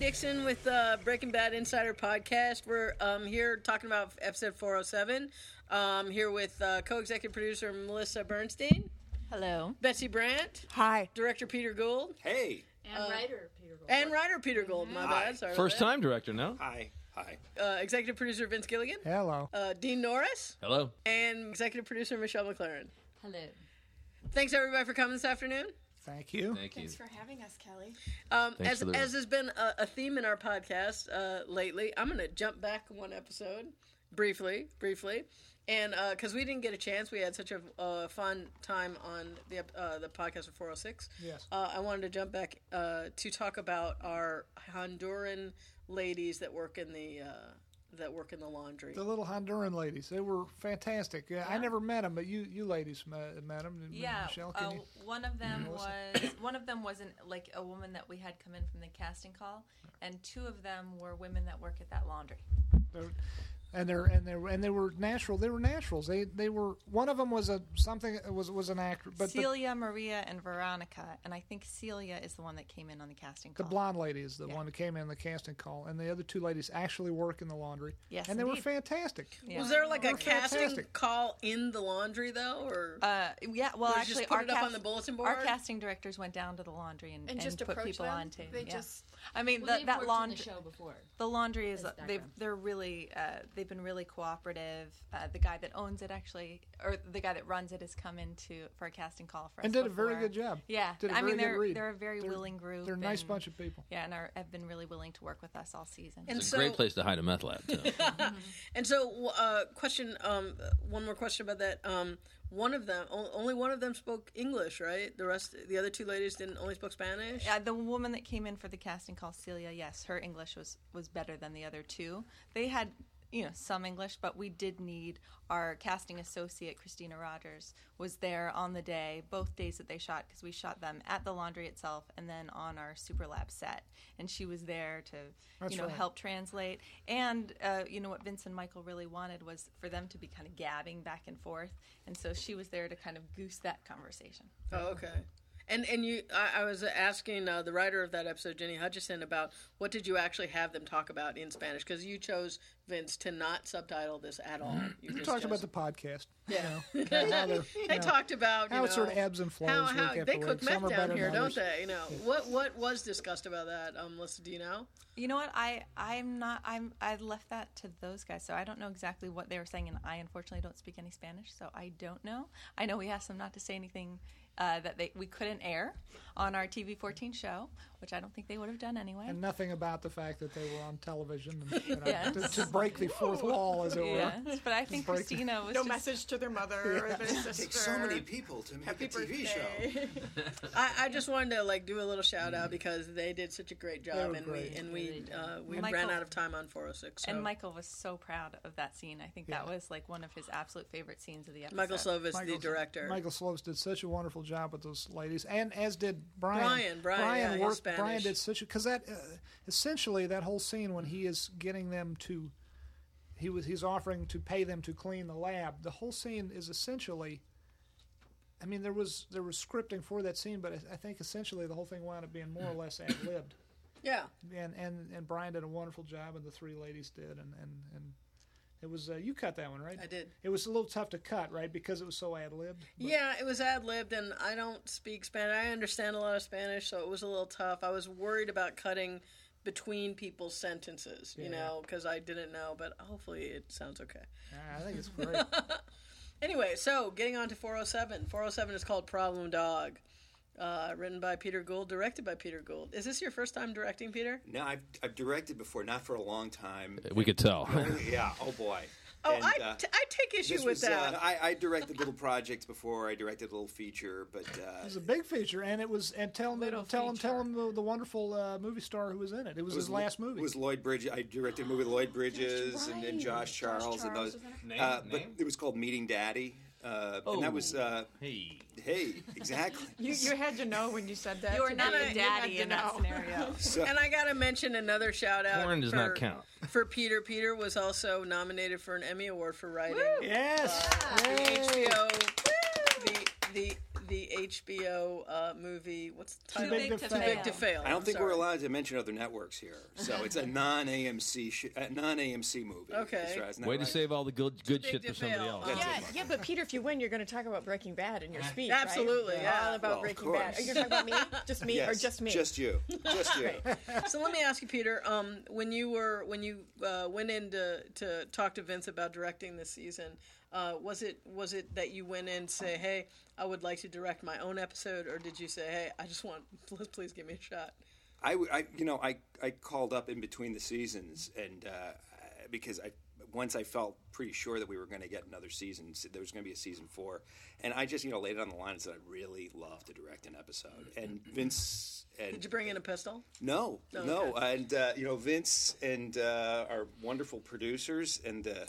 Dixon with the Breaking Bad Insider Podcast. We're um, here talking about episode 407. Um, here with uh, co executive producer Melissa Bernstein, Hello. Betsy Brandt, Hi. director Peter Gould, Hey. And Uh, writer Peter Gold. and writer Peter Gould. My bad. Sorry. about First that. time director, no? Hi. Hi. Uh, executive producer Vince Gilligan, Hello. Oh. uh, Dean Norris, Hello. and executive producer Michelle McLaren. Hello. Thanks everybody for coming this afternoon. Thank you. Thank you. Thanks for having us, Kelly. Um, Thanks as, for the- as has been a, a theme in our podcast uh, lately, I'm going to jump back one episode briefly, briefly, and because we didn't get a chance, we had such a uh, fun time on the ep- uh, the podcast of 406. Yes. uh, I wanted to jump back uh, to talk about our Honduran ladies that work in the uh, that work in the laundry. The little Honduran ladies, they were fantastic. Uh, I never met them, but you, you ladies met, met them. Yeah, Michelle, can uh, you? one of them was one of them wasn't like a woman that we had come in from the casting call, and two of them were women that work at that laundry. They're, and they're and they and they were natural. They were naturals. They they were. One of them was a something was was an actor, but the, Celia, Maria, and Veronica, and I think Celia is the one that came in on the casting the call. blonde lady is the one that came in the casting call, and the other two ladies actually work in the laundry. Yes, and they were indeed. fantastic. Yeah. Was there like a They're casting fantastic. call in the laundry though, or Uh, yeah, well, Or just actually, put our it up on cast- the bulletin Our board? casting directors went down to the laundry and, And just put approach people them? on too. They yeah. just- I mean, Well, that they've that worked on laundry. the show before. The laundry is uh, As they've background. they're really uh, they've been really cooperative. Uh, the guy that owns it actually, or the guy that runs it, has come in to for a casting call for us And did a very before. good job. Yeah, Did a I very mean good they're read. they're a very They're- willing group. They're a nice and- bunch of people. Yeah, and are, have been really willing to work with us all season. and It's a great place to hide a meth lab, too. Mm-hmm. And so, uh, question. Um, one more question about that. Um, one of them, o- only one of them spoke English, right? The rest, the other two ladies didn't. Only spoke Spanish. Uh, the woman that came in for the casting call, Celia, yes, her English was was better than the other two. They had you know some English, but we did need our casting associate Christina Rogers was there on the day, both days that they shot because we shot them at the laundry itself and then on our super lab set, and she was there to That's you know right. help translate. And uh, you know what Vince and Michael really wanted was for them to be kind of gabbing back and forth, and so she was there to kind of goose that conversation. Oh, okay. And and you, I, I was asking uh, the writer of that episode, Jenny Hutchison, about what did you actually have them talk about in Spanish? Because you chose Vince to not subtitle this at all. You just We Mm-hmm. talked about chose- the podcast. Yeah. You know, kind of how they're- you They know. talked about you how it know, sort of ebbs and flows How, week how after they week. cook Some meth are down better here, than don't others. they? You know what what was discussed about that? Um, Melissa, do you know? You know what? I I'm not I'm I left that to those guys, so I don't know exactly what they were saying, and I unfortunately don't speak any Spanish, so I don't know. I know we asked them not to say anything uh, that they we couldn't air on our TV14 show, which I don't think they would have done anyway. and nothing about the fact that they were on television and, you know, Yes. to, to break the fourth wall, as it were. Yes, but I think Break- Christina was No just, message to their mother or their sister. Takes so many people to make Happy a TV birthday. show. I, I just wanted to like do a little shout out because they did such a great job, were and great. we and we uh, we Michael- ran out of time on 406. So. and Michael was so proud of that scene. I think that was like one of his absolute favorite scenes of the episode. Michael Slovis, the Michael- director. Michael Slovis did such a wonderful job with those ladies, and as did Brian. Brian, Brian, yeah, he's worked. Spanish. Brian did such a because that uh, essentially that whole scene when he is getting them to, he was he's offering to pay them to clean the lab. The whole scene is essentially. I mean, there was there was scripting for that scene, but I, I think essentially the whole thing wound up being more or less ad libbed. yeah, and and and Brian did a wonderful job, and the three ladies did, and and and it was uh, you cut that one right? I did. It was a little tough to cut, right, because it was so ad libbed. yeah, it was ad libbed, and I don't speak Spanish. I understand a lot of Spanish, so it was a little tough. I was worried about cutting between people's sentences, you Yeah. know, because I didn't know. But hopefully, it sounds okay. ah, I think it's great. Anyway, so getting on to 407. 407 is called Problem Dog. Uh, written by Peter Gould, directed by Peter Gould. Is this your first time directing, Peter? No, I've, I've directed before, not for a long time. we could tell. yeah. Oh boy. Oh, And, I uh, t- I take issue this with was, that. Uh, I, I directed little projects before. I directed a little feature, but uh, It was a big feature, and it was and tell him Little tell him tell feature. him the, the wonderful uh, movie star who was in it. It was, his last movie. It was Lloyd Bridges. I directed a movie with Lloyd Bridges and, and Josh Charles, and those. Charles was in it? uh, Name- but name? it was called Meeting Daddy, uh, and Oh. that was uh, hey. hey exactly. You, you had to know when you said that. You are to not me. a You daddy had to in that know. scenario. So, And I gotta mention another shout out. Porn does for, not count. for Peter. Peter was also nominated for an Emmy Award for writing. yes. The HBO, the the the HBO uh, movie. What's the Too title? big to Too big fail. to fail. I don't think Sorry. we're allowed to mention other networks here, so it's a non AMC sh- a non AMC movie. Okay. That's right, isn't Way that to right? save all the good good big shit to for somebody fail. else. That's Yeah, yeah, but Peter, if you win, you're going to talk about Breaking Bad in your speech. right? Absolutely, yeah. All about Well, of Breaking Bad. Are you going course. to talk about me? Just me, or Yes, just me? Just you. Just you. So let me ask you, Peter. Um, when you were when you uh, went in to, to talk to Vince about directing this season, uh, was it was it that you went in to say, "Hey, I would like to direct my own episode," or did you say, "Hey, I just want please, please give me a shot"? I, w- I- you know, I, I called up in between the seasons, and uh, I- because I once I felt pretty sure that we were going to get another season, s- there was going to be a season four, and I just you know laid it on the line and said I really love to direct an episode, and Vince. And Did you bring in a pistol? No, No, no, okay. and uh, you know Vince and uh, our wonderful producers and the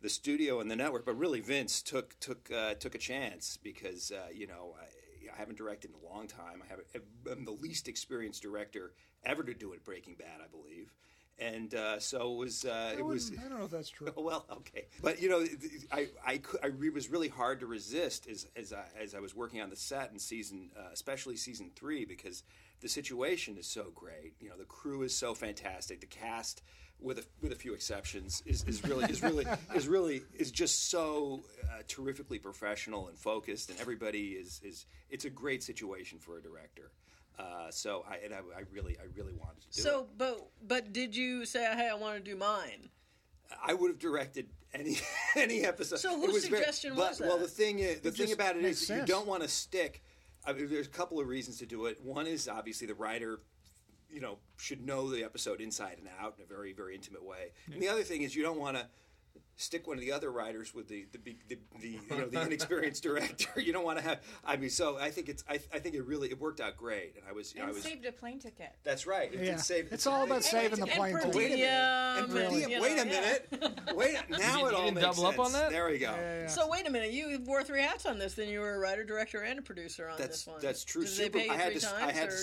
the studio and the network, but really Vince took took uh, took a chance because uh, you know I, I haven't directed in a long time. I haven't. I'm the least experienced director ever to do it Breaking Bad, I believe, and uh, so it was. Uh, I it was. Oh. wouldn't- I don't know if that's true. Well, okay, but you know, th- I I, cou- I re- was really hard to resist as as I, as I was working on the set in season, uh, especially season three, because the situation is so great. You know, the crew is so fantastic. The cast, with a, with a few exceptions, is, is really is really is really is just so uh, terrifically professional and focused, and everybody is is it's a great situation for a director. Uh, so I and I, I really I really wanted to do it. So, but but did you say, "Hey, I want to do mine"? I would have directed any any episode. So It whose was very- suggestion but- was Well, that? the thing is, the thing just about it makes is, that you sense. don't want to stick. I mean, there's a couple of reasons to do it. One is obviously the writer, you know, should know the episode inside and out in a very very intimate way. And the other thing is, you don't want to stick one of the other writers with the the, big- the, the you know the inexperienced director. You don't want to have. I mean, so I think it's I, I think it really it worked out great, and I was you know, I And was. saved a plane ticket. That's right. It Yeah. did save. It's all about it- saving the and plane per ticket. diem. Yeah, And per really, diem. you know, Wait a yeah. minute. Wait. Now You it all didn't makes double up on sense. that? There we go. Yeah. So wait a minute. You wore three hats on this. Then you were a writer, director, and a producer on That's this one. that's true. Did they pay you I had three to times? I had or, to yeah?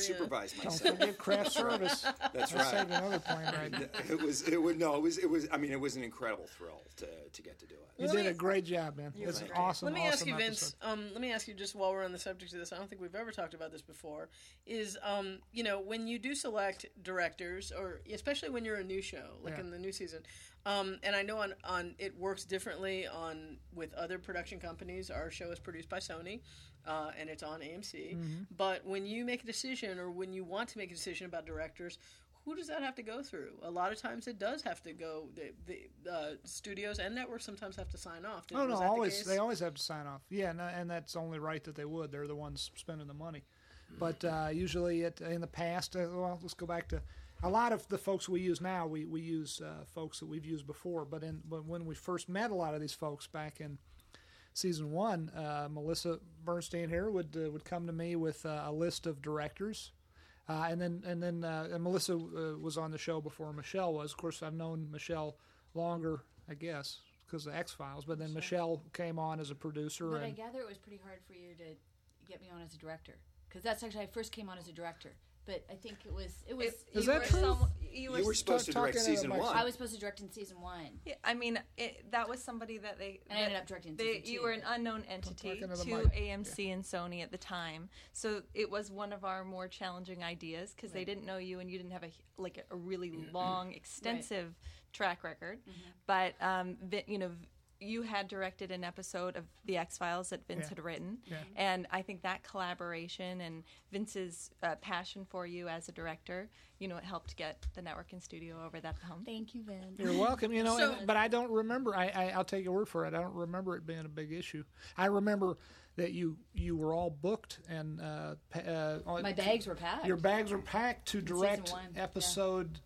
supervise Don't myself. forget craft service. That's I saved right. another plane ride. It was it would no it was it was I mean it was an incredible thrill to to get to do it. You Let did me- a great job, man. It's did. awesome. Let me awesome ask you, episode. Vince. Um, let me ask you just while we're on the subject of this. I don't think we've ever talked about this before. Is um, you know, when you do select directors, or especially when you're a new show, like Yeah. in the new season, um, and I know on on it works differently on with other production companies. Our show is produced by Sony. Uh, and it's on AMC. Mm-hmm. But when you make a decision, or when you want to make a decision about directors, who does that have to go through? A lot of times, it does have to go. The, the uh, studios and networks sometimes have to sign off. Did- Oh was no, that the always case? they always have to sign off. Yeah, and, and that's only right that they would. They're the ones spending the money. But uh, usually, it in the past, uh, well, let's go back to a lot of the folks we use now. We we use uh, folks that we've used before. But in but when we first met a lot of these folks back in season one, uh, Melissa Bernstein here would uh, would come to me with uh, a list of directors. Uh, and then and then uh, and Melissa uh, was on the show before Michelle was. Of course, I've known Michelle longer, I guess, because of X Files. But then Michelle came on as a producer, But I and gather it was pretty hard for you to get me on as a director because that's actually I first came on as a director. But I think it was it was. you Is that were true? some- you were You were supposed to direct talking to the season mic. one. I was supposed to direct in season one. Yeah, I mean, it, that was somebody that they. And I ended that up directing They, season you two, were an but- unknown entity talking to to the mic. AMC and Sony at the time, so it was one of our more challenging ideas because they didn't know you and you didn't have a h- like a really long, extensive track record. Mm-hmm. But um, Vin, you know, you had directed an episode of The X Files that Vince Yeah. had written, Yeah. and I think that collaboration and Vince's uh, passion for you as a director, you know, it helped get the network and studio over that hump. Thank you, Vin. you're welcome. You know, So- and- but I don't remember. I, I I'll take your word for it. I don't remember it being a big issue. I remember that you you were all booked and uh, pa- uh, all- My bags were packed. Your bags were packed to direct one, yeah. episode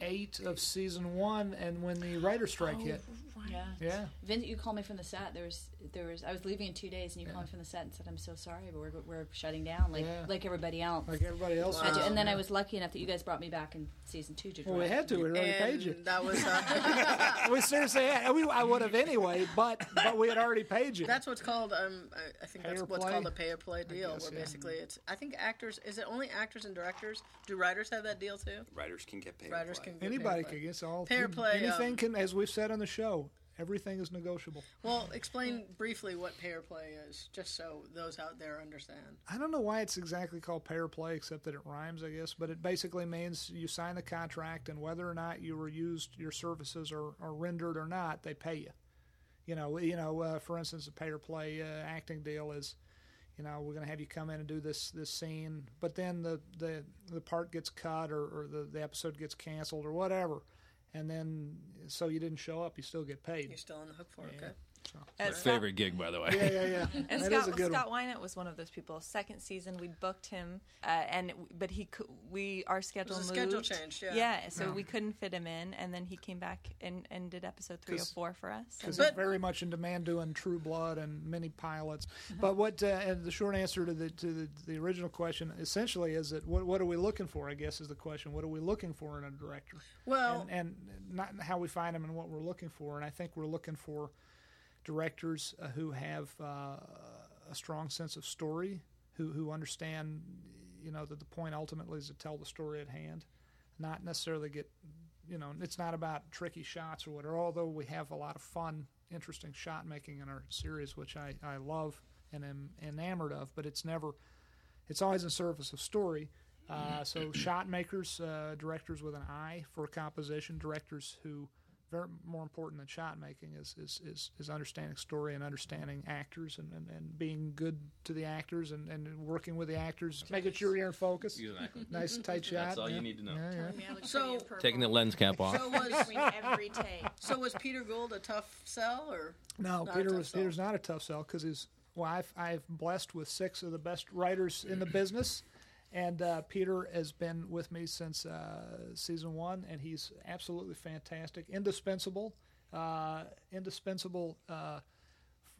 eight of season one, and when the writer strike Oh. hit, Yeah. yeah. Vin, you called me from the set. There was, there was. I was leaving in two days, and you called me from the set and said, "I'm so sorry, but we're, we're shutting down, like Yeah. like everybody else." like everybody else. I is. ju- and then I was lucky enough that you guys brought me back in season two to direct. Well, we had to. We already paid you. And that was uh, We seriously had. We, I would have anyway, but but we had already paid you. that's what's called um I, I think Pay that's or what's play? called a pay or play deal guess, where yeah. basically it's I think actors is it only actors and directors do writers have that deal too Writers can get paid. writers for can it. get pay Anybody or can play. guess all Fair play, Anything um, can, as we've said on the show, Everything is negotiable. Well, explain briefly what pair play is, just so those out there understand. I don't know why it's exactly called pair play, except that it rhymes, I guess. But it basically means you sign the contract, and whether or not you were used, your services are, are rendered or not, they pay you. You know, you know. Uh, for instance, a pair play uh, acting deal is, you know, we're going to have you come in and do this this scene, but then the the, the part gets cut or, or the, the episode gets canceled or whatever, and then so you didn't show up, you still get paid. You're still on the hook for it, okay? My And Scott, favorite gig, by the way. Yeah, yeah, yeah. and That is Scott, a good Scott Wynette was one of those people. Second season, we booked him, uh, and but he cou- we our schedule was a moved. schedule change, yeah. so we couldn't fit him in, and then he came back and, and did episode three or 'Cause- four for us. because and- it's very much in demand doing True Blood and many pilots. But what uh, and the short answer to the to the, the original question essentially is that what what are we looking for? I guess is the question. What are we looking for in a director? Well- and, and not how we find them and what we're looking for. And I think we're looking for directors uh, who have uh, a strong sense of story, who who understand you know that the point ultimately is to tell the story at hand, not necessarily get you know, it's not about tricky shots or whatever, although we have a lot of fun, interesting shot making in our series, which I, I love and am enamored of, but it's never, it's always in service of story. Uh, so shot makers, uh, directors with an eye for composition, directors who, very more important than shot making is, is, is, is understanding story and understanding actors and, and, and being good to the actors and, and working with the actors, making sure you're in focus. Exactly. Nice tight shot. That's all yeah. you need to know. Yeah, yeah. So, Taking the lens cap off. so was every take. so was Peter Gould a tough sell, or No, Not a Peter tough was sell. Peter's not a tough sell because his well, I've I've blessed with six of the best writers in the business, and uh, Peter has been with me since uh, season one, and he's absolutely fantastic, indispensable, uh, indispensable uh,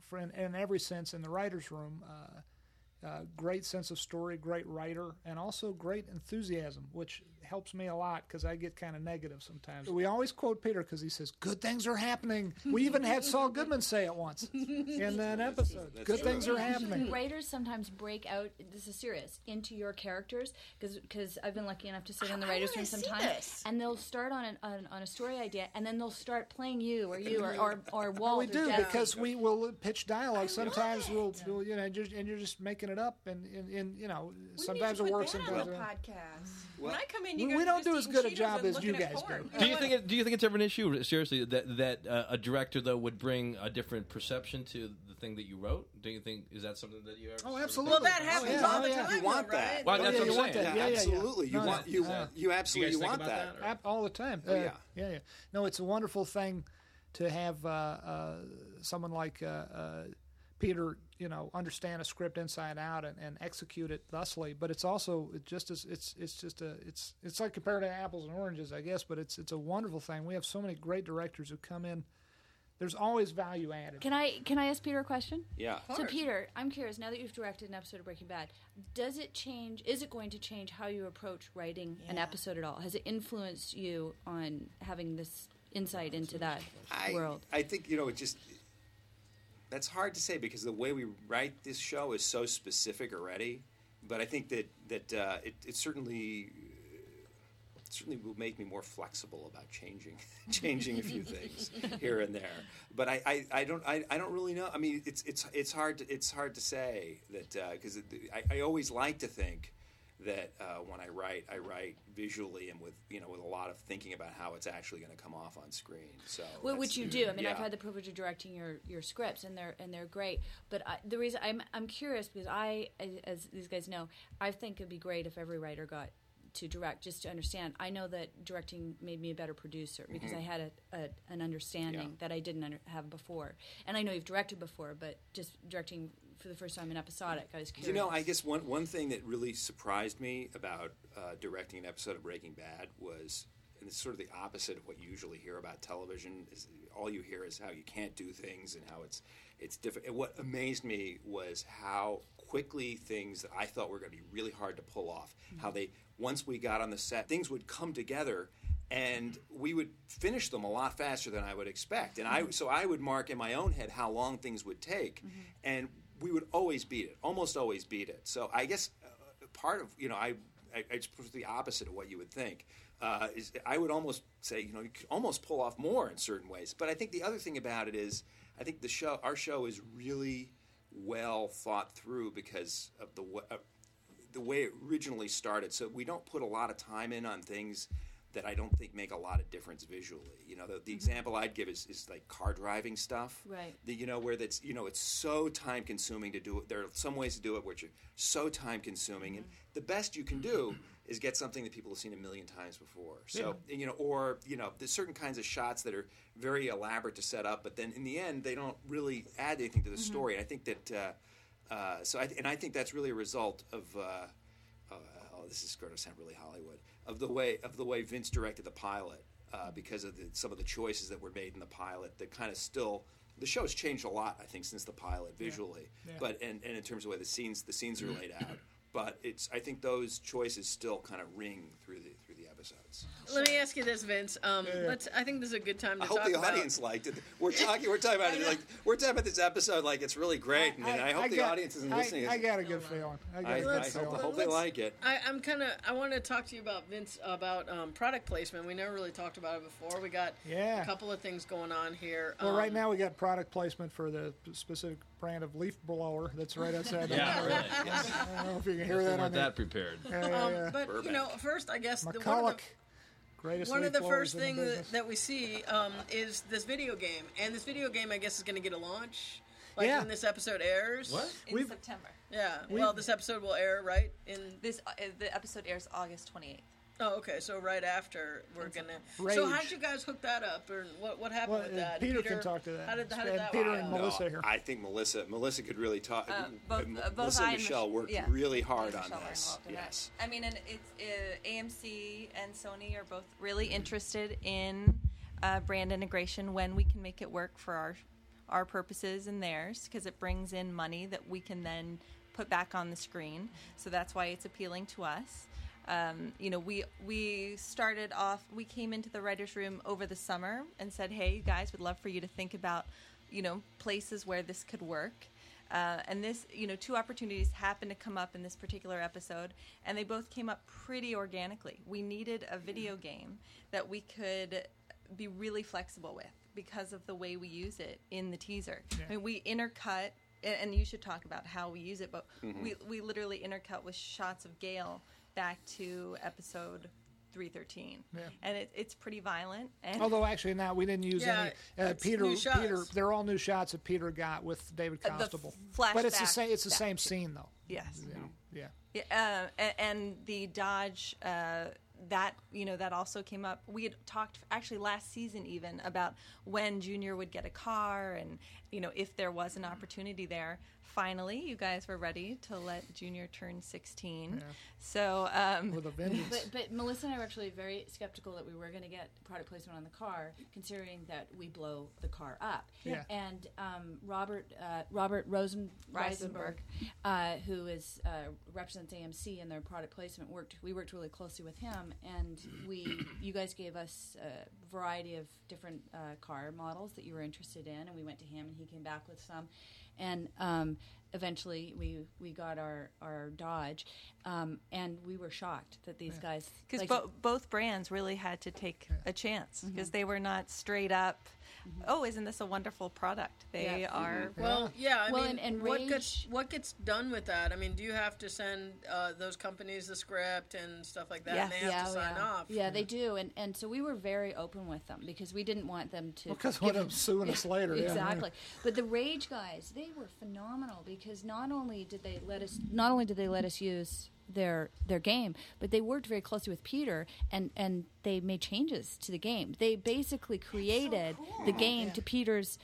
friend in every sense in the writers' room. Uh, uh, great sense of story, great writer, and also great enthusiasm, which helps me a lot because I get kind of negative sometimes. We always quote Peter because he says, "Good things are happening." We even had Saul Goodman say it once in an episode. That's Good true. things are happening. Writers sometimes break out. This is serious into your characters because I've been lucky enough to sit in the writers' room sometimes, and they'll start on, an, on on a story idea, and then they'll start playing you or you or or, or Walt. We or do Jesse. because we will pitch dialogue. Sometimes we'll, we'll, you know, just, and you're just making it up, and, and, and you know, sometimes it works, On sometimes the it doesn't. podcast. When I come in, you We- guys we are don't just do as eating good a Cheetos job and as you looking at guys porn. do. Do you think it, do you think it's ever an issue? Seriously, that that uh, a director though would bring a different perception to the thing that you wrote. Do you think is that something that you ever? Oh, sort of- absolutely. well that Oh, happens yeah. all Oh, the yeah. time? You want though, that. right? Well, Oh, that's yeah, what I'm you want saying. that. Yeah, Yeah, yeah, yeah. absolutely. You No, want no, you yeah. want you You guys absolutely think want about that. that? or- Ab- all the time. Oh, Uh, yeah. yeah, yeah. No, it's a wonderful thing to have uh, uh, someone like uh, uh, Peter, you know, understand a script inside out and, and execute it thusly. But it's also it just as it's it's just a it's it's like compared to apples and oranges, I guess. But it's it's a wonderful thing. We have so many great directors who come in. There's always value added. Can I can I ask Peter a question? Yeah. So Peter, I'm curious. Now that you've directed an episode of Breaking Bad, does it change? Is it going to change how you approach writing an episode at all? Has it influenced you on having this insight into that I, world? I think you know it just. That's hard to say because the way we write this show is so specific already. But I think that that uh, it, it certainly it certainly will make me more flexible about changing changing a few things here and there. But I, I, I don't I, I don't really know. I mean it's it's it's hard to, it's hard to say that because I, I always like to think that uh, when I write I write visually and with you know with a lot of thinking about how it's actually going to come off on screen. So Well, that's- which you do. I mean, I've yeah. had the privilege of directing your, your scripts, and they're and they're great. But I, the reason I'm I'm curious because I, as- as these guys know, I think it'd be great if every writer got to direct just to understand. I know that directing made me a better producer because I had a, a an understanding Mm-hmm. Yeah. that I didn't under, have before. And I know you've directed before, but just directing for the first time in episodic, I was curious. You know, I guess one one thing that really surprised me about uh, directing an episode of Breaking Bad was, and it's sort of the opposite of what you usually hear about television. Is all you hear is how you can't do things and how it's it's different. And what amazed me was how quickly things that I thought were going to be really hard to pull off, how they once we got on the set, things would come together. And we would finish them a lot faster than I would expect, and I so I would mark in my own head how long things would take, and we would always beat it, almost always beat it. So I guess uh, part of you know I, I it's the opposite of what you would think. uh, is I would almost say you know you could almost pull off more in certain ways. But I think the other thing about it is I think the show our show is really well thought through because of the wa- uh, the way it originally started. So we don't put a lot of time in on things that I don't think make a lot of difference visually. You know, the, the example I'd give is, is like car driving stuff. Right. The, you know, where that's you know it's so time consuming to do it. There are some ways to do it which are so time consuming, and the best you can do is get something that people have seen a million times before. So and, you know, or you know, there's certain kinds of shots that are very elaborate to set up, but then in the end they don't really add anything to the story. And I think that. Uh, uh, so I, and I think that's really a result of uh, uh, oh, this is going to sound really Hollywood of the way of the way Vince directed the pilot uh, because of the, some of the choices that were made in the pilot that kind of still the show's changed a lot I think since the pilot visually but and, and in terms of the way the scenes the scenes are laid out but it's I think those choices still kind of ring through the through the episodes Let me ask you this, Vince. Um, let's. I think this is a good time to I hope talk the about. audience liked it we're talking we're talking about it like we're talking about this episode like it's really great and I, hope the got- audience isn't I- listening I, got a good feeling. I got I, a I good Let's- hope, I feeling. hope they let's- like it I, I'm kind of. I want to talk to you about Vince about um, product placement. We never really talked about it before. We got Yeah. a couple of things going on here. Well, right Um, now we got product placement for the specific brand of leaf blower that's right outside. the Yeah, window. really. Yes. I don't know if you can hear We that weren't on that the prepared. Um, but you know, Burbank. first I guess the, one of McCulloch. the Greatest one of leaf the blowers first in the thing that, business. that we see um, is this video game, and this video game I guess is going to get a launch. Like Yeah. when this episode airs. What? in We've- September. Yeah. Well, this episode will air right in. This uh, the episode airs August 28th. Oh, okay. So right after we're gonna. So Rage. how'd you guys hook that up, or what what happened Well, with uh, that? Peter can talk to that. How did, how And did that Peter work and out? Melissa here. I think Melissa Melissa could really talk. both, M- uh, both Melissa I and and Michelle Mich- worked yeah. really and hard on Michelle were this. involved in that. Yes. I mean, and it's uh, AMC and Sony are both really Mm-hmm. interested in uh, brand integration when we can make it work for our our purposes and theirs because it brings in money that we can then put back on the screen. So that's why it's appealing to us. Um, you know, we we started off. We came into the writers' room over the summer and said, "Hey, you guys, would love for you to think about, you know, places where this could work." Uh, and this, you know, two opportunities happened to come up in this particular episode, and they both came up pretty organically. We needed a video game that we could be really flexible with because of the way we use it in the teaser. I mean, we intercut, and, and you should talk about how we use it, but we, we literally intercut with shots of Gale back to episode 313. And it, it's pretty violent. And Although actually, not we didn't use Yeah, any. Uh, it's Peter, new shots. Peter, they're all new shots that Peter got with David Uh, the Constable. flashback but it's the same. It's the back same to- scene though. yes. Yeah. Yeah, uh, a- and the Dodge uh, that you know that also came up. We had talked actually last season even about when Junior would get a car, and you know if there was an opportunity there. Finally, you guys were ready to let Junior turn sixteen. So um, With a vengeance. But, but Melissa and I were actually very skeptical that we were going to get product placement on the car, considering that we blow the car up. Yeah. And um, Robert uh, Robert Rosen, Reisenberg. Reisenberg, uh, who is uh, represents AMC in their product placement, worked. We worked really closely with him, and we you guys gave us a variety of different uh, car models that you were interested in, and we went to him, and he came back with some, and um, eventually we we got our our Dodge, um, and we were shocked that these guys because like- bo- both brands really had to take a chance because Mm-hmm. they were not straight up. Oh, isn't this a wonderful product? They Yeah. Mm-hmm. are. Well, yeah. I Well, mean, and- and what gets Rage- what gets done with that? I mean, do you have to send uh, those companies the script and stuff like that, and they Yes. have to sign yeah. off? Yeah, they do, and and so we were very open with them because we didn't want them to. Because one of them suing us later. yeah. Exactly, but the Rage guys, they were phenomenal because not only did they let us, not only did they let us use their their game, but they worked very closely with Peter and and they made changes to the game. They basically created the game to Peter's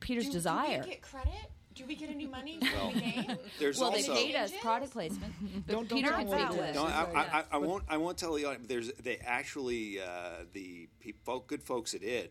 Peter's Do- desire. Do we get credit? Do we get any money from the game? There's well, also they paid us Changes? product placement, but Don't- don't Peter tell and them what we Pete did. No, was- I, I, I, I won't. I won't tell the audience. There's they actually uh, the peop- folk, good folks at ID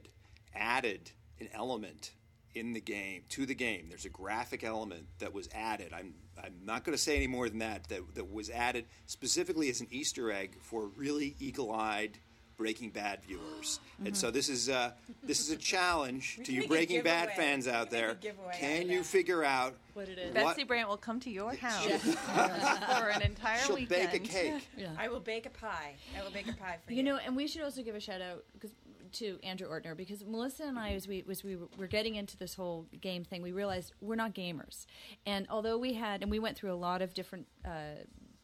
added an element in the game to the game. There's a graphic element that was added. I'm I'm not going to say any more than that, that. That was added specifically as an Easter egg for really eagle-eyed Breaking Bad viewers. Mm-hmm. And so this is uh, this is a challenge to you Breaking Bad giveaway. fans We can make out there. a giveaway Can out you of that. figure out What it is. Betsy Brandt will come to your house for an entire she'll weekend. bake a cake? I will bake a pie. I will bake a pie for you. You know, and we should also give a shout out 'cause- to Andrew Ortner because Melissa and I, as we as we were getting into this whole game thing, we realized we're not gamers, and although we had and we went through a lot of different. Uh,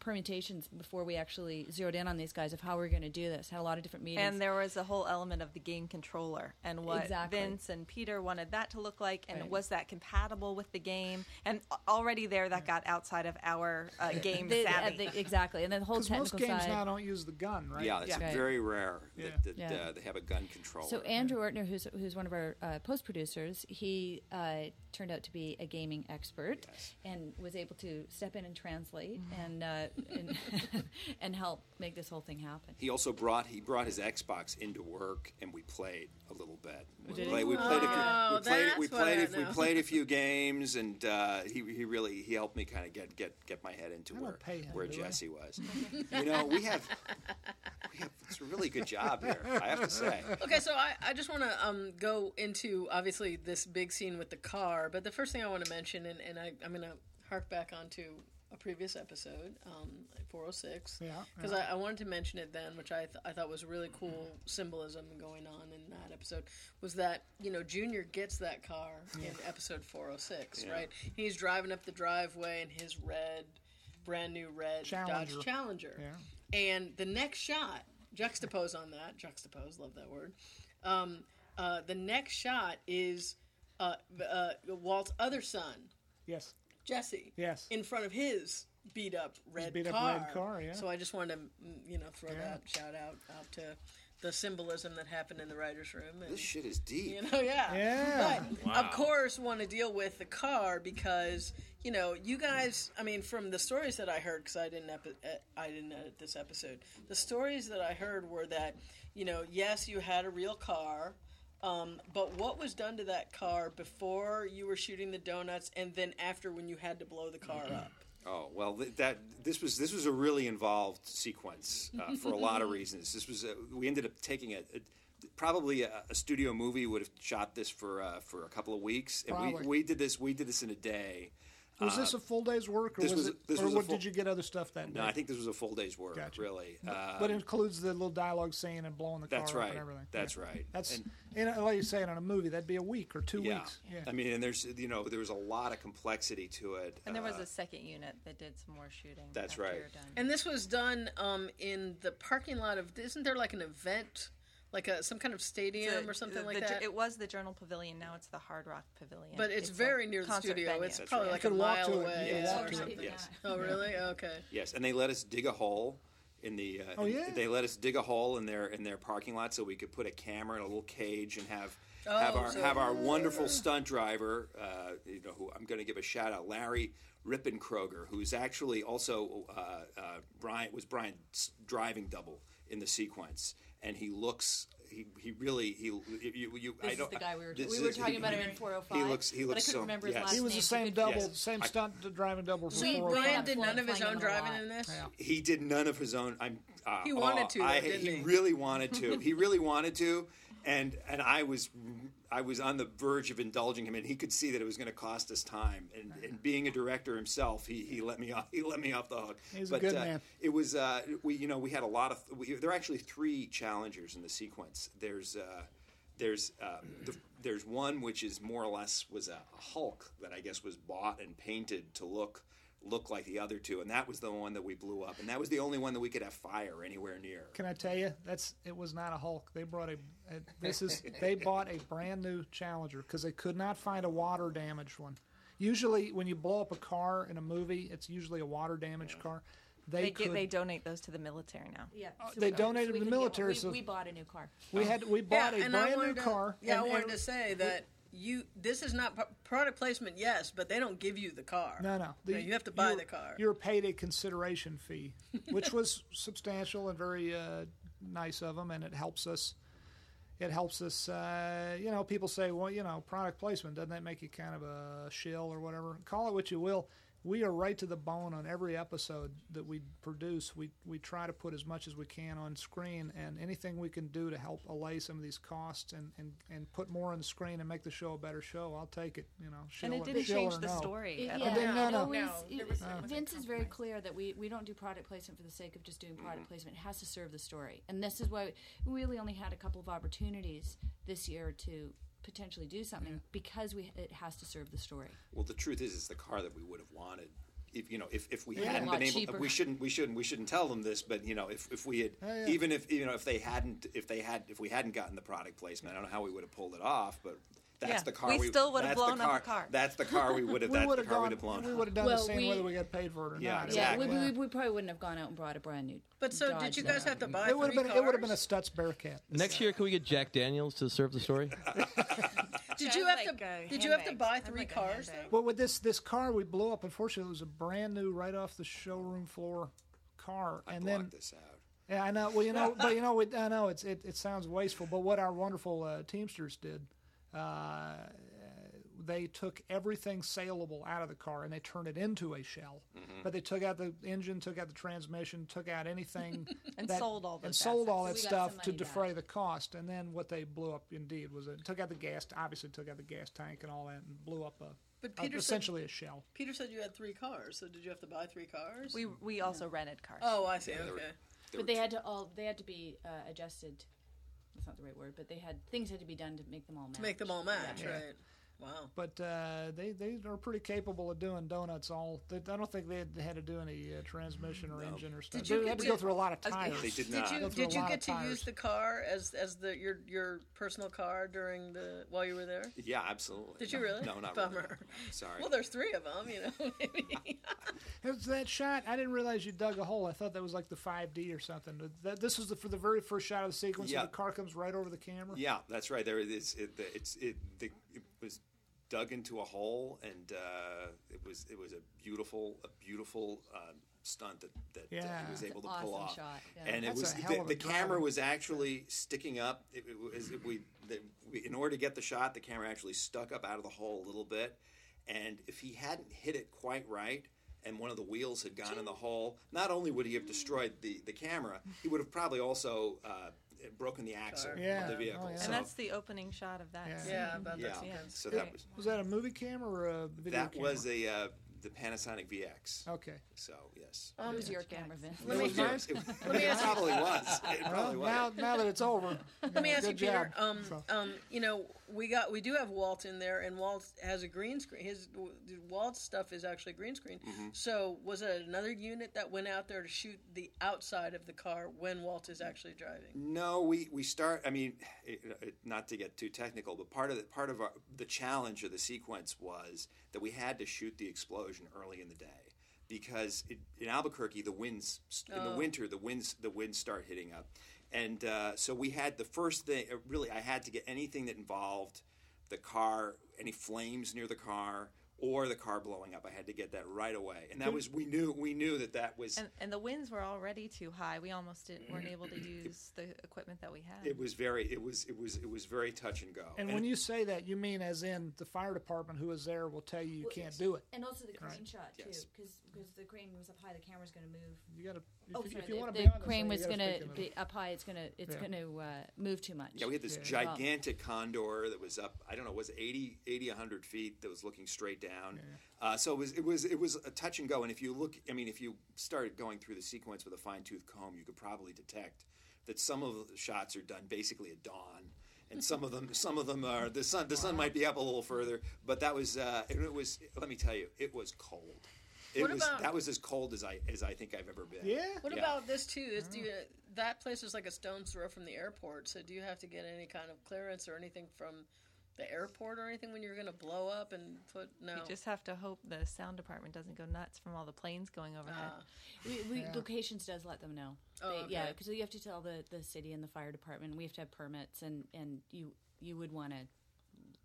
permutations before we actually zeroed in on these guys of how we are going to do this had a lot of different meetings And there was a whole element of the game controller and what Exactly. Vince and Peter wanted that to look like, and Right. was that compatible with the game? And a- already there, that got outside of our uh, game They- uh, savvy. they- exactly and then the whole Because most technical games side now don't use the gun, right? Yeah, it's Yeah. very rare that, Yeah. that Yeah. Uh, they have a gun control. So Andrew Ortner, who's who's one of our uh, post producers, he uh, turned out to be a gaming expert and was able to step in and translate and uh, and, and help make this whole thing happen. he also brought he brought his Xbox into work, and we played a little bit. We Did he? played, we played, Oh, a, few, we played, we that's what played, I a- we know. played a few games, and uh, he he really he helped me kind of get get get my head into I don't where pay him, where do I? Jesse was. you know, we have we have it's a really good job here. I have to say. Okay, so I, I just want to um, go into obviously this big scene with the car, but the first thing I want to mention, and, and I, I'm going to hark back onto a previous episode, um, 406, Yeah, because I, I wanted to mention it then, which I, th- I thought was really cool symbolism going on in that episode, was that, you know, Junior gets that car in episode 406, right? He's driving up the driveway in his red, brand new red Challenger. Dodge Challenger. Yeah. And the next shot, juxtapose on that, juxtapose, love that word. Um, uh, the next shot is uh, uh, Walt's other son, Yes. Jesse. Yes. In front of his beat up red beat up car. red car, yeah. So I just wanted to, mm, you know, throw that shout out out to the symbolism that happened in the writers' room. And, This shit is deep. you know, yeah. Yeah. But of course, want to deal with the car because you know you guys. I mean, from the stories that I heard, because I didn't, epi- eh, I didn't edit this episode. The stories that I heard were that you know, yes, you had a real car. Um, but what was done to that car before you were shooting the donuts, and then after when you had to blow the car up? Oh well, th- that this was this was a really involved sequence uh, for a lot of reasons. This was a, we ended up taking a, a- probably a, a studio movie would have shot this for uh, for a couple of weeks, and Probably. we, we did this we did this in a day. Was this a full day's work, or uh, this was, was- it? this or was a what full- did you get other stuff that No, day? I think this was a full day's work, Gotcha. really. but Uh, it includes the little dialogue scene and blowing the that's car right. up and everything. That's Yeah. right. That's And- and, like you say, in a movie, that'd be a week or two yeah. weeks. Yeah. I mean, and there's you know there was a lot of complexity to it. and there was uh, a second unit that did some more shooting. That's after right. you're done. And this was done um, in the parking lot of. Isn't there like an event, like a some kind of stadium The- or something the- like the Ju- that? It was the Journal Pavilion. Now it's the Hard Rock Pavilion. But it's, a very near the concert studio. venue. It's probably right. like You a could walk mile to it. away. You could yeah, walk or to it. something. Yes. Oh, really? Okay. Yes, and they let us dig a hole in the. Uh, Oh, in- yeah. They let us dig a hole in their in their parking lot so we could put a camera in a little cage and have have Oh, our so- have our wonderful stunt driver. Uh, you know who I'm going to give a shout out, Larry Rippenkroger, who's actually also uh, uh, Brian was Brian's driving double in the sequence, and he looks. He, he really he you, you I This is don't, the guy we were, this we were is- talking about he- him in 405. He looks he but I looks couldn't so remember his yes. last He was name, the so same good- double, Yes. same I- stunt to driving double. So for Brian Brian did flew none of his flying own a driving lot. in this. Yeah. he did none of his own. I'm. Uh, He wanted oh, to, though, I, didn't he, he? really wanted to. He really wanted to, and and I was, I was on the verge of indulging him, and he could see that it was going to cost us time. And, and being a director himself, he, he let me off. He let me off the hook. He's a but, good uh, man. It was uh, we you know we had a lot of we, there are actually three challengers in the sequence. There's. Uh, there's uh, the, there's one which is more or less was a Hulk that I guess was bought and painted to look look like the other two, and that was the one that we blew up, and that was the only one that we could have fire anywhere near. Can I tell you? That's it was not a Hulk. They brought a. a- This is they bought a brand new Challenger because they could not find a water damaged one. Usually, when you blow up a car in a movie, it's usually a water damaged car. They, They, could, get, they donate those to the military now. Yeah, Uh, they we- donated to the we can get- military, We, so- we bought a new car. we had we bought a and I brand new wanted to- car. Yeah, and- I wanted and- to say that you. This is not pro- product placement, yes, but they don't give you the car. No, no. The- you have to buy you're- the car. You're paid a consideration fee, which was substantial and very uh, nice of them, and it helps us. It helps us. Uh, you know, people say, "Well, you know, product placement doesn't that make you kind of a shill or whatever?" Call it what you will. we are right to the bone on every episode that we produce. We we try to put as much as we can on screen, and anything we can do to help allay some of these costs and, and, and put more on the screen and make the show a better show, I'll take it. You know, and she'll- it didn't she'll change or the no. story. Yeah, at Yeah. all. then it no, no. always- No, it- there was- there was a Vince is very compromise. clear that we, we don't do product placement for the sake of just doing product placement. It has to serve the story, and this is why we really only had a couple of opportunities this year to potentially do something because we it has to serve the story. Well, the truth is, it's the car that we would have wanted. If you know, if, if we Yeah. hadn't A been lot able, cheaper. we shouldn't, we shouldn't, we shouldn't tell them this. But you know, if, if we had, Oh, yeah. even if you know, if they hadn't, if they had, if we hadn't gotten the product placement, I don't know how we would have pulled it off. But that's Yeah. the car. We still would have that's the blown up a car. That's the car we would have. We that's would the have car gone. we'd have blown we up. would have done the Well, same we- whether we got paid for it or Yeah, not. Yeah, Exactly. we, we, we probably wouldn't have gone out and brought a brand new. But so did Dodge you guys then. have to buy It would three have been. It would have been a cars? Stutz Bearcat. Next year, can we get Jack Daniels to serve the story? Did you Sounds have like to? a Did you have to handbag. buy Sounds three like a cars handbag. though? But with this this car we blew up, unfortunately, it was a brand new, right off the showroom floor car. I and blocked then, this out. yeah, I know. Well, you know, but you know, it, I know it's it, it sounds wasteful, but what our wonderful uh, Teamsters did, uh, they took everything saleable out of the car and they turned it into a shell. Mm-hmm. But they took out the engine, took out the transmission, took out anything, And that- sold all and those sold all that assets. So we got some stuff to money back. defray the cost. And then what they blew up indeed was it took out the gas, obviously took out the gas tank and all that, and blew up a. But a- Peter said- essentially a shell. Peter said you had three cars, so did you have to buy three cars? We we also rented cars. oh, I see. there were- Okay. But they had to all they had to be uh, adjusted. That's not the right word, but they had things had to be done to make them all match. Make them all match, right? Wow. But uh, they they are pretty capable of doing donuts. All they, I don't think they had, had to do any uh, transmission or engine or stuff. Did you they had get to go to- through a lot of I was gonna- tires. They did Did not. you Go through a did you lot get of to use tires. the car as as the your your personal car during the while you were there? Yeah, absolutely. Did you No, really? No, not really. Bummer. no. Sorry. Well, there's three of them, you know. maybe. It's that shot. I didn't realize you dug a hole. I thought that was like the 5D or something. That, this was the, for the very first shot of the sequence. Yeah. And the car comes right over the camera. Yeah, that's right. There it is. It, the- it's it, the, it was dug into a hole, and uh, it was it was a beautiful a beautiful um, stunt that that uh, Yeah. he was able to an pull awesome off. shot, yeah. And That's it was a hell the, of a the drive. camera was actually sticking up. It, it was it, we, the, we in order to get the shot, the camera actually stuck up out of the hole a little bit, and if he hadn't hit it quite right. And one of the wheels had gone in the hole. Not only would he have destroyed the, the camera, he would have probably also uh, broken the axle Yeah. of the Oh, vehicle. yeah. So- and that's the opening shot of that. Yeah. scene. yeah, about yeah. those ones. So Great. that was Was that a movie camera or a video that camera? was a uh, the Panasonic VX. Okay. So yes, It was your camera, Vince. it, was yours. it, it probably was. It probably Well, now, was. now that it's over, Let me ask you, good Peter. job. Um, So- um, you know, we got we do have Walt in there, and Walt has a green screen. His Walt's stuff is actually green screen. Mm-hmm. So was it another unit that went out there to shoot the outside of the car when Walt is actually driving? No, we, we start. I mean, it, it, not to get too technical, but part of the, part of our, the challenge of the sequence was that we had to shoot the explosion early in the day because it, in Albuquerque the winds st- Oh. in the winter the winds the winds start hitting up, and uh, so we had the first thing. uh, Really, I had to get anything that involved the car, any flames near the car. Or the car blowing up. I had to get that right away, and that was we knew we knew that that was And, and the winds were already too high. We almost didn't, weren't able to use the equipment that we had. it was very it was it was it was very touch and go. and when you say that, you mean as in the fire department who was there will tell you you can't do it. And also the crane shot too, Yes. because the crane was up high, the camera's going to move. You got to. If, Oh, you- sorry, if you the, want to the be on this crane thing, you was gotta going to speak in the- be up high. It's going to it's Yeah. going to uh, move too much. Yeah, we had this Yeah. gigantic condor that was up. I don't know, was it 80, 80 100 feet that was looking straight down. Uh, so it was it was it was a touch and go. And if you look, I mean, if you started going through the sequence with a fine tooth comb, you could probably detect that some of the shots are done basically at dawn. And some of them, some of them are the sun. The sun might be up a little further, but that was uh, and it was. Let me tell you, it was cold. It What was about- that was as cold as I as I think I've ever been. Yeah. What Yeah. about this too? Is do you, that place is like a stone's throw from the airport? So do you have to get any kind of clearance or anything from the airport or anything when you're going to blow up and put no? You just have to hope the sound department doesn't go nuts from all the planes going overhead. We, we, Locations does let them know. Oh, They- Yeah, okay. because you have to tell the, the city and the fire department. We have to have permits, and, and you you would want to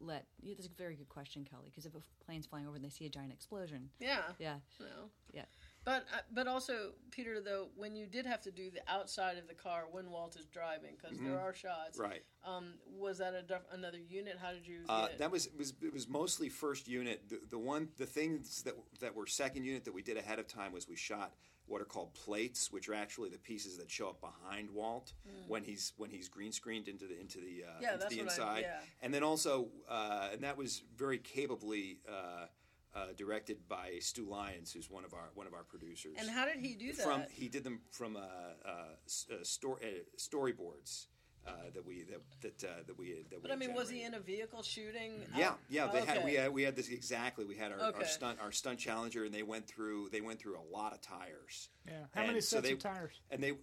let. You, that's a very good question, Kelly. Because if a plane's flying over and they see a giant explosion, yeah, yeah, No. yeah. But uh, but also Peter though when you did have to do the outside of the car when Walt is driving because there are shots Mm-hmm. Right. um, was that a diff- another unit how did you Uh, get it? that was it was it was mostly first unit. The, the one the things that that were second unit that we did ahead of time was we shot what are called plates, which are actually the pieces that show up behind Walt when he's when he's green screened into the into the uh, Mm. Yeah, into that's the what I- inside. yeah. And then also uh, and that was very capably. Uh, uh, directed by Stu Lyons, who's one of our one of our producers. and how did he do that From he did them from uh, uh, s- uh, sto- uh, storyboards uh, that we that that uh, that we that but we I mean was he generated. in a vehicle shooting Yeah, out- yeah, they had we Oh, Okay. had we had this exactly. We had our, Okay. our stunt our stunt challenger, and they went through they went through a lot of tires. Yeah. How many And so sets they- of tires? And they, I,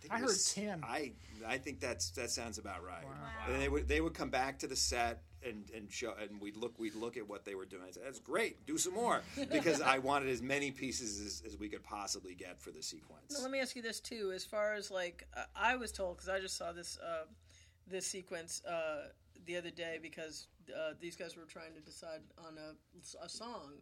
think I it heard was- 10. I I think that's that sounds about right. And they would they would come back to the set and and show and we'd look we'd look at what they were doing. I'd say, that's great. Do some more because I wanted as many pieces as, as we could possibly get for the sequence. Now, let me ask you this too. As far as like, uh, I was told because I just saw this uh, this sequence uh, the other day because uh, these guys were trying to decide on a, a song,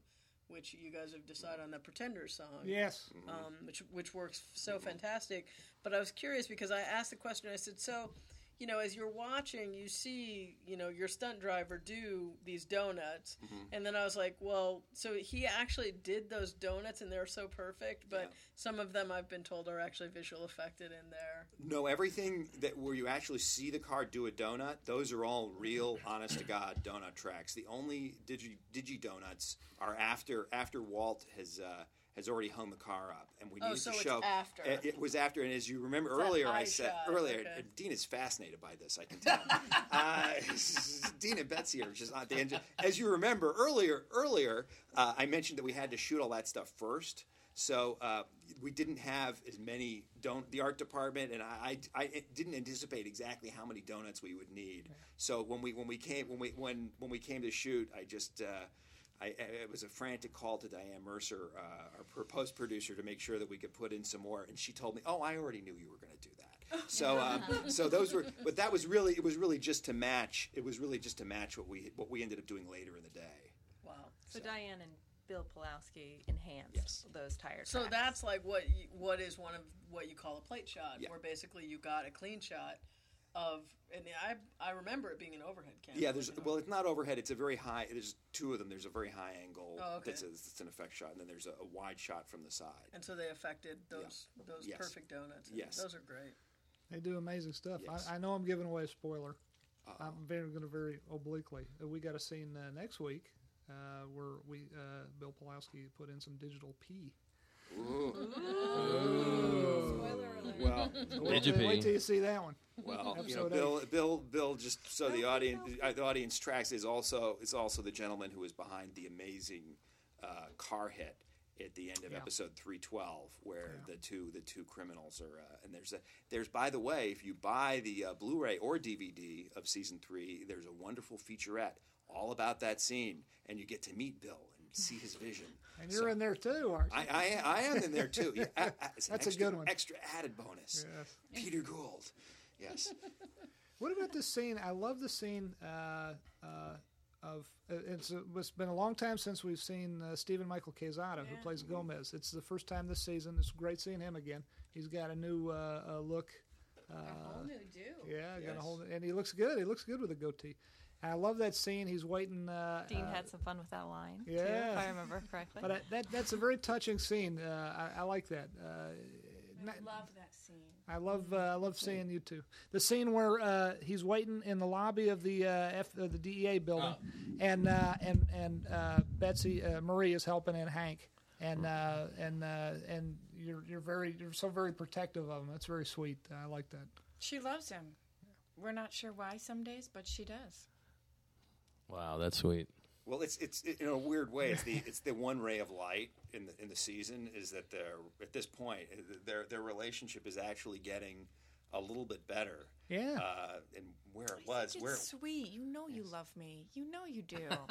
which you guys have decided on the Pretender song Yes. um, which which works so fantastic. But I was curious because I asked the question. I said, "So, you know, as you're watching, you see, you know, your stunt driver do these donuts." Mm-hmm. And then I was like, "Well, so he actually did those donuts, and they're so perfect." But some of them I've been told are actually visual affected in there. No, everything that where you actually see the car do a donut, those are all real, honest to God donut tracks. The only digi digi donuts are after after Walt has uh, has already hung the car up, and we Oh, need so to it's show after. It, it was after, and as you remember that earlier, eye I said shot, earlier, okay. Dean is fascinated by this. I can tell. uh, Dean and Betsy are just on the end. As you remember earlier, earlier uh, I mentioned that we had to shoot all that stuff first. So uh, we didn't have as many don't the art department, and I, I, I didn't anticipate exactly how many donuts we would need. So when we when we came when we when when we came to shoot, I just. Uh, I, I- it was a frantic call to Diane Mercer, uh, our pro- post producer, to make sure that we could put in some more. And she told me, "Oh, I already knew you were going to do that." So, um, so those were, but that was really, it was really just to match. It was really just to match what we what we ended up doing later in the day. Wow. So Diane and Bill Pulowski enhanced Yes. those tire So tracks. that's like what you, what is one of what you call a plate shot, Yeah. where basically you got a clean shot of, and I I remember it being an overhead camera. Yeah, there's you know? well, it's not overhead. It's a very high. There's two of them. There's a very high angle. Oh, okay. That's, a, that's an effect shot, and then there's a, a wide shot from the side. And so they affected those those Yes. perfect donuts. Yes. those are great. They do amazing stuff. Yes. I, I know I'm giving away a spoiler. I'm very going to very obliquely. Uh, We got a scene uh, next week uh, where we uh, Bill Pulowski put in some digital pee. Well, Wait, Digi-pee. wait till you see that one. well, you know, Episode Bill, Bill, Bill. Just so the audience, uh, the audience tracks is also is also the gentleman who was behind the amazing uh, car hit at the end of Yeah. episode three twelve, where the two the two criminals are. Uh, and there's a there's by the way, if you buy the uh, Blu-ray or DVD of season three, there's a wonderful featurette all about that scene, and you get to meet Bill and see his vision. And you're So- in there too, aren't you? I, I, I am in there too. Yeah, I- I- it's an That's a extra- good one. Extra added bonus. Peter Gould. Yes. What about this scene? I love the scene uh, uh, of uh, it's, it's been a long time since we've seen uh, Stephen Michael Quezada, who plays Gomez. It's the first time this season. It's great seeing him again. He's got a new uh, uh, look. whole new do. Yeah, got a whole, and he looks good. He looks good with a goatee. And I love that scene. He's waiting. Uh, Dean uh, had some fun with that line, too, if yeah. I remember correctly. but I, that that's a very touching scene. Uh, I, I like that. Uh, I love that scene. I love uh, I love seeing you too. The scene where uh, he's waiting in the lobby of the uh, F, uh, the DEA building, and uh, and and uh, Betsy uh, Marie is helping in Hank, and uh, and uh, and you're you're very you're so very protective of him. That's very sweet. I like that. She loves him. We're not sure why some days, but she does. Wow, that's sweet. Well, it's it's it, in a weird way. It's the it's the one ray of light in the in the season is that they're at this point their their relationship is actually getting a little bit better. Yeah. Uh, and where it was, It's where sweet. You know you love me. You know you do.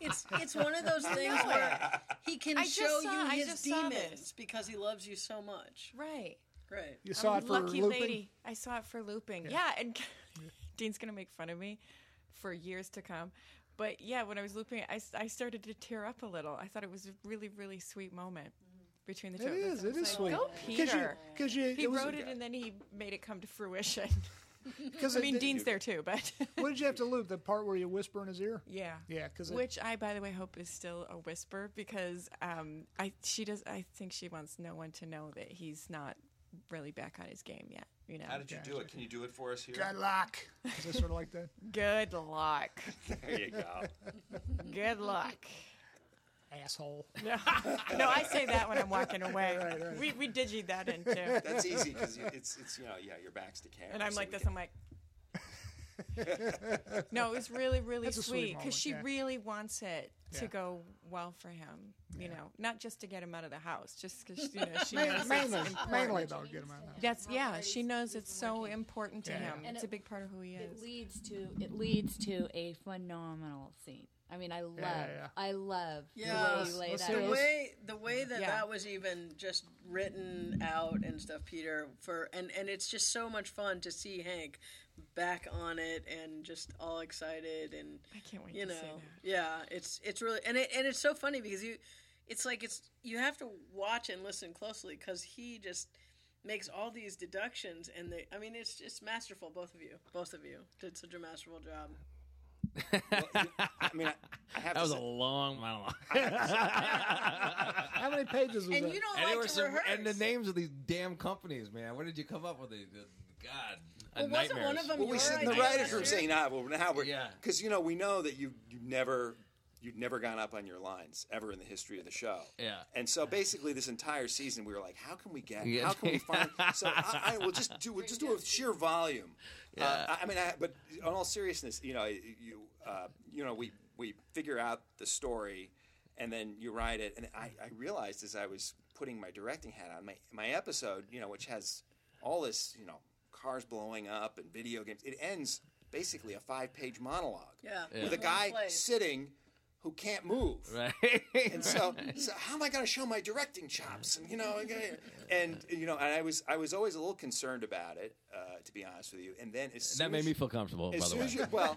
It's it's one of those things where he can I just show saw- I you his just saw demons this. because he loves you so much. right. Great. You saw I'm it a for lucky looping. lady. I saw it for looping. Yeah, and Dean's gonna make fun of me for years to come. But yeah, when I was looping, I, s- I started to tear up a little. I thought it was a really really sweet moment. between the two It of them. is. It is sweet. Go Cause you, Peter. cause you, He it was, wrote it and then he made it come to fruition. Because I mean, Dean's there too, but What did you have to loop? The part where you whisper in his ear? yeah, Yeah, because Which I, by the way, hope is still a whisper because um, I she does. I think she wants no one to know that he's not really back on his game yet. You know. How did you do it? Can you do it for us here? good luck. Is it sort of like that? Good luck. There you go. Good luck. Asshole. No, I say that when I'm walking away. We we digi that in too. That's easy because it's it's you know yeah your back's to camera. And I'm so like we this. can- I'm like. no, it was really, really That's a sweet sweet because moment, she yeah. really wants it to Yeah. go well for him. You know, not just to get him out of the house, just because you know she knows Main- it's mainly, important. mainly though, get him out. of the house. That's yeah. She knows it's so important to Yeah. him. And it's it- a big part of who he it is. leads to it leads to a phenomenal scene. I mean, I love yeah. I love the way Yes. you lay Let's that. do The out. it. way the way that Yeah. that was even just written out and stuff, Peter. For and and it's just so much fun to see Hank back on it and just all excited and I can't wait you to know see that. yeah it's it's really and it and it's so funny because you it's like it's you have to watch and listen closely because he just makes all these deductions and they I mean it's just masterful both of you both of you did such a masterful job I mean, I, I have That to was a say, long monologue. How many pages was and that? you don't and, they like were to some, rehearse and the names of these damn companies, man. Where did you come up with these? God, Well, wasn't one of them Well, we your sit in the idea writers' last room year? saying, "Ah, well, now we're Yeah. because you know we know that you you never you'd never gone up on your lines ever in the history of the show." Yeah. and so basically this entire season we were like, "How can we get? Yeah. How can we find?" so I, I will just do we'll just do it with sheer volume. Uh, I, I mean, I, but in all seriousness, you know, you uh, you know we we figure out the story. And then you write it, and I, I realized as I was putting my directing hat on my my episode, you know, which has all this, you know, cars blowing up and video games. It ends basically a five page monologue. Yeah. Yeah. With a One guy place. sitting who can't move. Right. And so, so how am I going to show my directing chops? And you know, I gotta- and you know, and I was I was always a little concerned about it, uh, to be honest with you. And then as soon that made as- me feel comfortable. By as the soon way, as you well,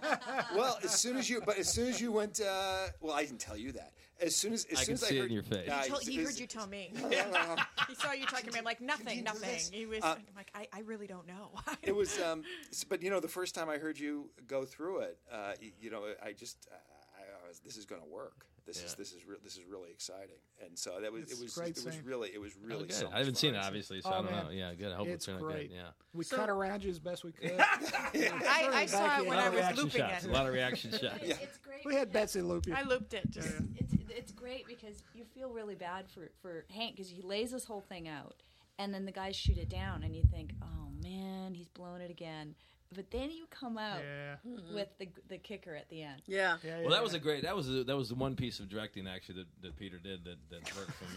well, as soon as you, but as soon as you went, uh, well, I didn't tell you that. As soon as, as I soon can as I see it in heard your face. Uh, He told- he as- heard you tell me. uh, He saw you talking to him like nothing, Did you do nothing. this? He was Uh, I'm like, I, I really don't know. it was um s- but you know the first time i heard you go through it uh y- you know i just uh, I, I was this is going to work this is this is re- this is really exciting and so that was It's it was great it was scene. really it was really Good. so I haven't much seen it fun. obviously, so Oh, I don't man. know. Yeah, good. I hope it's it's, gonna great. Good. Yeah. We So- cut around you as best we could. I, I saw it in. when A lot I of was reaction looping shots. it. A lot of reaction shots. It's, it's great. we had because- Betsy loop you. I looped it. Just, it's it's great because you feel really bad for for Hank because he lays this whole thing out, and then the guys shoot it down, and you think, oh man, he's blown it again. But then you come out Yeah. with the the kicker at the end. yeah Yeah, Well, yeah. that was a great. That was a, that was the one piece of directing actually that, that Peter did that, that worked for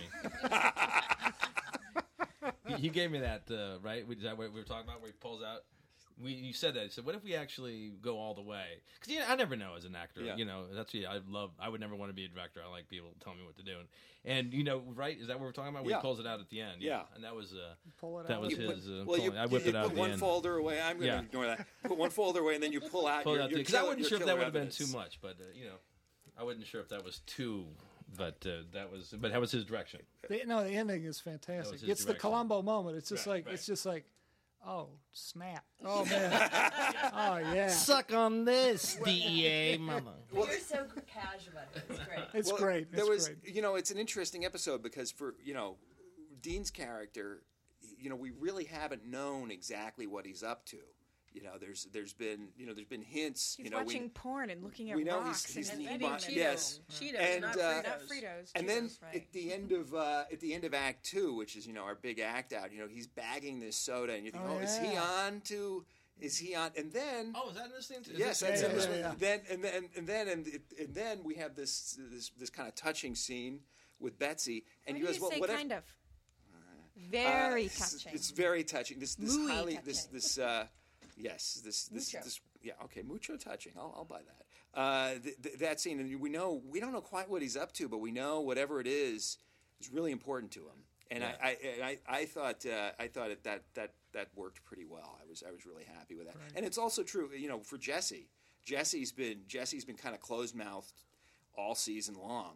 me. he, he gave me that uh, right. We, is that what we were talking about? Where he pulls out. We you said that. You said, "What if we actually go all the way?" Because you know, I never know as an actor. Yeah. You know, that's yeah, I love. I would never want to be a director. I like people telling me what to do. And, and you know, right? Is that what we're talking about? Where Yeah. he pulls it out at the end. Yeah. And that was uh, Pull it that out. was You Put- his. Uh, well, you, pulling- I whipped you it out put at the one end. folder away. I'm going to Yeah. ignore that. Put one folder away, and then you pull out. Pull it your, out your because I killer- wasn't your sure if that killer would have been evidence. too much, but uh, you know, I wasn't sure if that was too. But uh, that was, but that was his direction. The, no, the ending is That fantastic. was It's his the direction. Columbo moment. It's just Right, like right. it's just like, oh snap! Oh man! oh yeah! Suck on this, DEA mama. You're so casual about it. It's great. It's Well, great. There it's was, great. you know, it's an interesting episode because for you know, Dean's character, you know, we really haven't known exactly what he's up to. You know, there's there's been you know there's been hints. he's you know, we- watching porn and looking at we know rocks he's- and he's eating eating Cheetos. Cheetos. Yes. Cheetos And, not, uh, Fritos. not Fritos. and then Cheetos, right. at the end of uh, at the end of Act Two, which is you know our big act out, you know he's bagging this soda, and you think, Oh, oh, is he yeah. on to? Is he on? And then Oh, is that in this thing? too? Is yes, that- that's yeah, in this yeah, one. yeah. Then and then and then and, it- and then we have this this this kind of touching scene with Betsy, and Why you do goes, you well, say what if- kind of? uh, Very it's- touching. It's very touching. This this Muy highly touching. this this uh, yes this this this yeah okay mucho touching. I'll, I'll buy that. Uh, th- th- that scene and we know we don't know quite what he's up to, but we know whatever it is is really important to him. And I I, and I I thought uh, I thought it, that that that worked pretty well. I was I was really happy with that. And it's also true, you know, for Jesse. Jesse's been Jesse's been kind of closed mouthed all season long,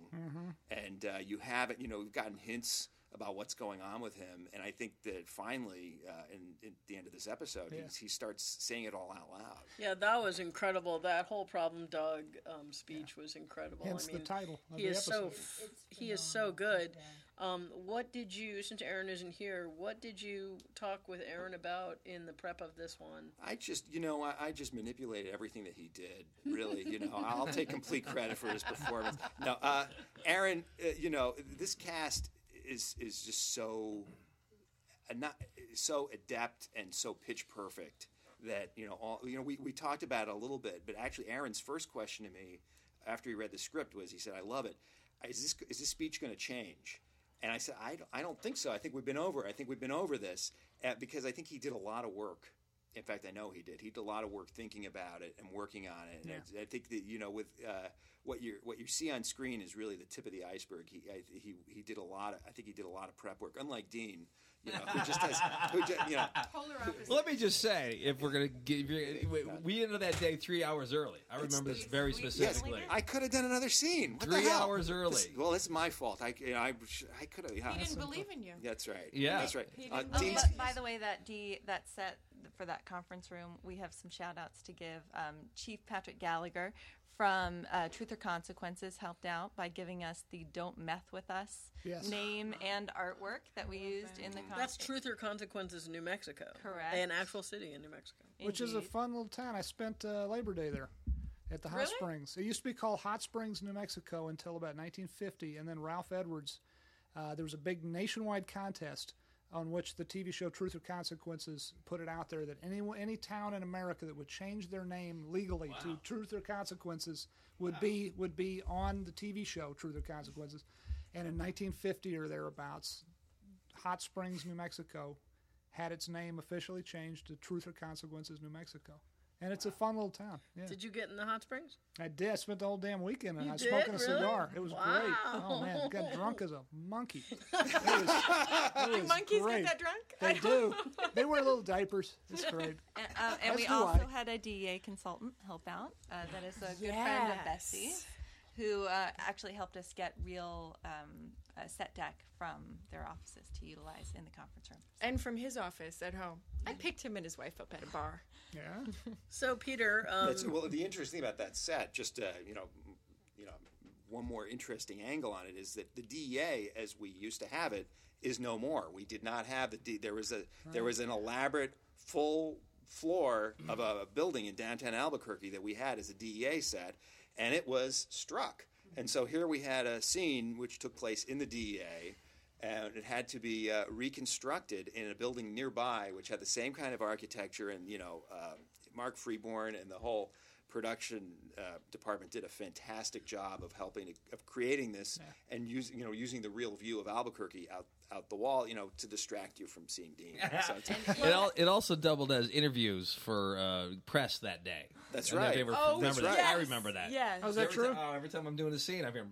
and uh, you haven't, you know, we've gotten hints about what's going on with him. And I think that finally, uh, in, in the end of this episode, Yeah. he's he starts saying it all out loud. Yeah, that was incredible. That whole problem dog um, speech was incredible. Hence I the mean, title of he the is so episode. f- he is so good. Um, what did you? Since Aaron isn't here, what did you talk with Aaron about in the prep of this one? I just, you know, I, I just manipulated everything that he did. Really, you know, I'll take complete credit for his performance. No, uh, Aaron, uh, you know, this cast is is just so uh, not so adept and so pitch perfect that you know all you know we, we talked about it a little bit but actually aaron's first question to me after he read the script was he said i love it is this is this speech going to change and i said I don't, I don't think so i think we've been over i think we've been over this uh, because i think he did a lot of work in fact i know he did he did a lot of work thinking about it and working on it and I, I think that you know with uh, what you what you see on screen is really the tip of the iceberg he I, he he did a lot of i think he did a lot of prep work unlike dean you know, who just has, who just, you know, Polar opposite. Let me just say, if we're gonna give, we- we ended that day three hours early. I remember this very we- yes, specifically. I could have done another scene. What the Three hell? hours early. This- well, it's my fault. I, you know, I, I could have. Yeah, He didn't believe in you. that's right. Yeah. that's right. He Uh, didn't- Oh, Dean's- but by the way, that D that set for that conference room, we have some shout outs to give. Um, Chief Patrick Gallagher from uh, Truth or Consequences helped out by giving us the "Don't Meth with Us" Yes. name and artwork that we used in the conference. That's Truth or Consequences, New Mexico. Correct. An actual city in New Mexico. which is a Indeed. fun little town. I spent uh, Labor Day there at the Hot Really? Springs. It used to be called Hot Springs, New Mexico until about 1950, and then Ralph Edwards. Uh, there was a big nationwide contest on which the TV show Truth or Consequences put it out there that any any town in America that would change their name legally to Truth or Consequences would be would be on the TV show Truth or Consequences. And in 1950 or thereabouts, Hot Springs, New Mexico, had its name officially changed to Truth or Consequences, New Mexico. And it's a fun little town. Yeah. Did you get in the hot springs? I did. I spent the whole damn weekend and I was did? smoking a Really? cigar. It was great. Oh man, got drunk as a monkey. It was, it was Monkeys great. get that drunk? They do. They wear little diapers. It's great. And, um, and As we do also I. had a DEA consultant help out. Uh, that is a good friend of Bessie's, who uh, actually helped us get real um, a set deck from their offices to utilize in the conference room. And from his office at home. I picked him and his wife up at a bar. Yeah. So Peter, um, That's, well, the interesting thing about that set, just uh, you know, m- you know, one more interesting angle on it is that the DEA, as we used to have it, is no more. We did not have the D. There was a there was an elaborate full floor of a, a building in downtown Albuquerque that we had as a DEA set, and it was struck. And so here we had a scene which took place in the DEA. And it had to be uh, reconstructed in a building nearby, which had the same kind of architecture and you know uh, Mark Freeborn and the whole production uh, department did a fantastic job of helping to, of creating this and using you know using the real view of Albuquerque out out the wall you know to distract you from seeing Dean. So it's- It, al- it also doubled as interviews for uh, press that day. That's And if right. they were- Oh, remember that's that. right. I remember that. Yes. Oh, is that Every true? ti- oh, every time I'm doing a scene, I hear.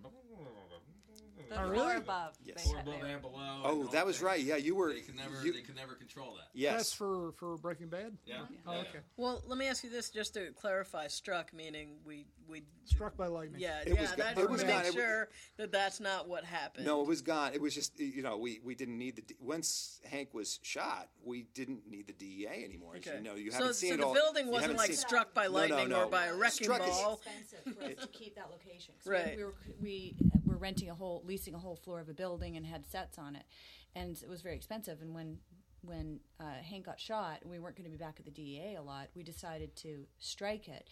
The floor above. Yes. they Floor had- they were- below. oh, that was right. Yeah, you were. They could never. you- they could never control that. That's yes. for for Breaking Bad. Yeah. Oh, okay. well, let me ask you this, just to clarify: struck meaning we we Struck by lightning. yeah It yeah. was go- that, it we was make gone. It was- sure that that's not what happened. No, it was gone. It was just you know we, we didn't need the D- once Hank was shot, we didn't need the DEA anymore. Okay. You know, you So- haven't seen so it the all. building you wasn't, haven't like, seen- struck by No, no, lightning no. or by a wrecking Struck is- ball. expensive for us to keep that location. 'Cause Right. We, we were we were renting a whole leasing a whole floor of a building and had sets on it, and it was very expensive. And when when uh, Hank got shot, and we weren't going to be back at the DEA a lot. We decided to strike it.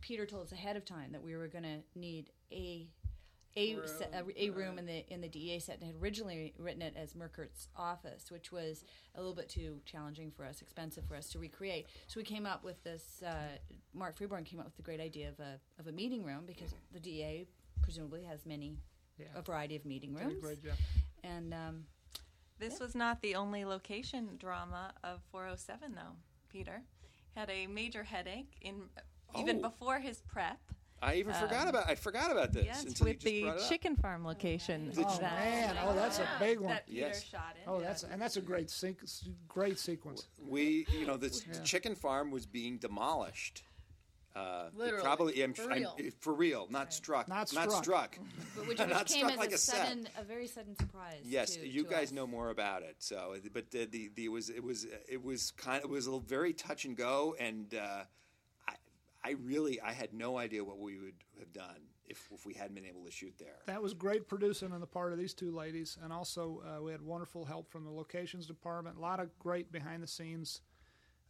Peter told us ahead of time that we were going to need a. A, se- a, a room in the in the DEA set and had originally written it as Merkert's office, which was a little bit too challenging for us, expensive for us to recreate. So we came up with this. Uh, Mark Freeborn came up with the great idea of a of a meeting room because the DA presumably has many a variety of meeting Did a rooms. great job. And um, This was not the only location drama of 407, though. Peter had a major headache in even Oh. before his prep. I even Um, forgot about I forgot about this Yes, until you with just the brought it up. chicken farm location. The- that- Oh man, oh that's a big one. That Peter Yes. shot in. Oh, that's and that's a great sequ- great sequence. we you know the chicken farm was being demolished Uh, it Literally. probably I'm, For I'm- real. it- for real, not struck, Not not struck. struck. Mm-hmm. But which, Not which came struck as like a a set. sudden, a very sudden surprise. Yes, to- you to guys us. know more about it. So, but the, the, the it was it was it was kind it was a little very touch and go, and uh, I I really I had no idea what we would have done if if we hadn't been able to shoot there. That was great producing on the part of these two ladies, and also uh, we had wonderful help from the locations department. A lot of great behind the scenes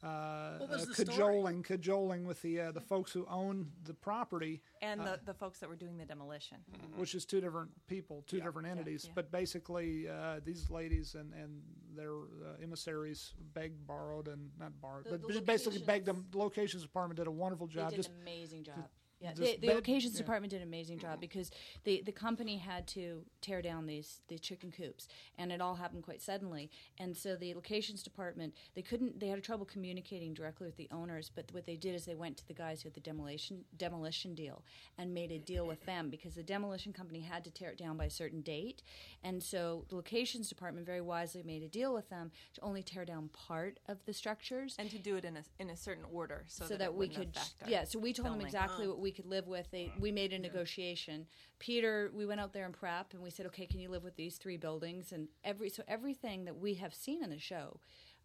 uh, What was uh, the story? cajoling, cajoling with the uh, the folks who own the property, and the, the folks that were doing the demolition. Mm. Mm-hmm. which is two different people, two different entities. But basically, uh, these ladies and and their uh, emissaries begged, borrowed, and not borrowed, The- but the just basically begged them. locations- The locations department did a wonderful They job. did Just an amazing job. yeah, just the, the bed- occasions yeah. Mm-hmm. department did an amazing job because the, the company had to tear down these the chicken coops, and it all happened quite suddenly. And so the locations department they couldn't they had trouble communicating directly with the owners. But what they did is they went to the guys who had the demolition demolition deal and made a deal with them because the demolition company had to tear it down by a certain date, and so the locations department very wisely made a deal with them to only tear down part of the structures And to do it in a, in a certain order so, so it that, we wouldn't could affect our yeah so we told them filming. exactly what we could live with they we made a negotiation peter we went out there and prep and we said okay can you live with these three buildings and every so everything that we have seen in the show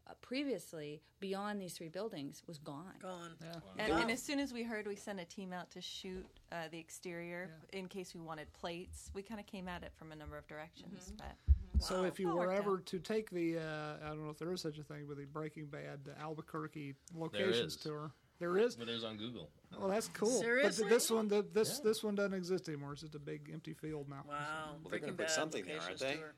uh, previously beyond these three buildings was gone Gone. And, and as soon as we heard, we sent a team out to shoot uh, the exterior in case we wanted plates. We kind of came at it from a number of directions, but So if you That were worked ever out. to take the, uh, I don't know if there is such a thing, but the Breaking Bad uh, Albuquerque locations is. tour. There is. But there's on Google. Well, that's cool. Seriously? But th- this one, the, this this one doesn't exist anymore. It's just a big empty field now. Wow. they're gonna Breaking put Bad something there, aren't locations they? tour.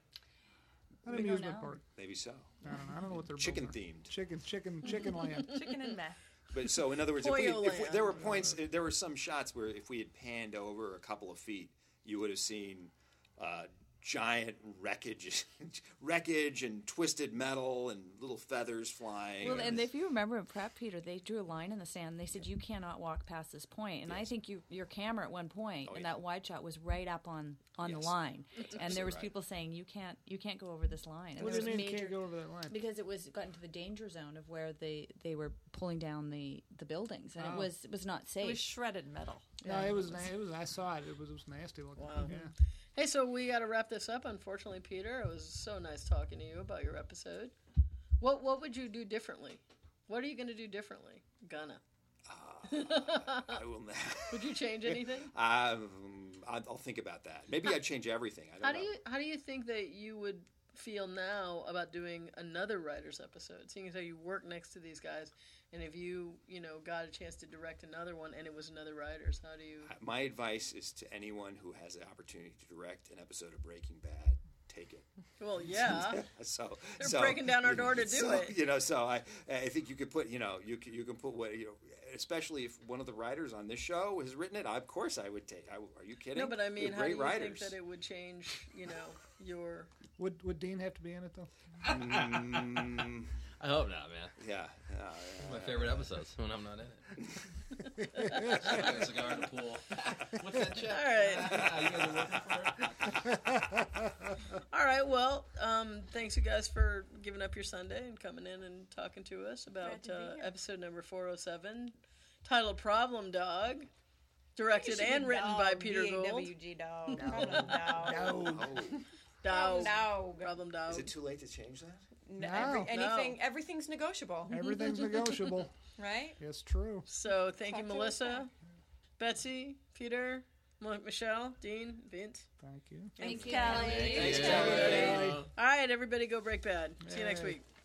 An amusement know. park. Maybe so. I don't know. I don't know what they're Chicken building themed. there. Chicken, chicken, chicken land. chicken and meth. But so, in other words, if we, if we, Poyoland. there were points, there were some shots where if we had panned over a couple of feet, you would have seen uh, giant wreckage, wreckage and twisted metal and little feathers flying. well, and if you remember in prep, Peter, they drew a line in the sand. They said you cannot walk past this point, and I think you, your camera at one point in yeah. that wide shot was right up on, on Yes. the line, and there was right. people saying you can't you can't go over this line. And What do there you was mean you major- can't go over that line? because it was it got into the danger zone of where they they were pulling down the the buildings and it was Oh. it was not safe It was shredded metal. No, it was. na- It was. I saw it. It was. It was nasty looking. Yeah. Hey, so we got to wrap this up. Unfortunately, Peter, it was so nice talking to you about your episode. What What would you do differently? What are you going to do differently? Gonna. I will. Not, Would you change anything? um, I'll I'll think about that. Maybe I'd change everything. I don't How know. do you How do you think that you would feel now about doing another writer's episode? Seeing as how you work next to these guys, and if you you know got a chance to direct another one, and it was another writer's, how do you? My advice is to anyone who has the opportunity to direct an episode of Breaking Bad, take it. Well, yeah. so They're so- breaking down our door to do so, it. You know, so I I think you could put you know you can, you can put what you know, especially if one of the writers on this show has written it. I, of course, I would take. I, are you kidding? No, but I They're mean, how do great you writers. think that it would change? You know, your Would Would Dean have to be in it though? I hope not, man. Mm, yeah, uh, yeah, It's my favorite episodes when I'm not in it. Smoking a cigar in the pool. What's that check? all right. Ah, you guys are working for it? All right. Well, um, thanks you guys for giving up your Sunday and coming in and talking to us about uh, episode number four hundred seven, titled "Problem Dog," directed and written by Peter Gould. WG dog. Problem dog. yeah. Oh, Dog. Problem dog. Problem dog. is it too late to change that? No, every- No. anything, everything's negotiable, Everything's negotiable. right? It's true. so thank you, Talk to Melissa, Betsy, Peter, M- Michelle, Dean, Vince. Thank you. thanks kelly All right, everybody, go break bad. See you next week.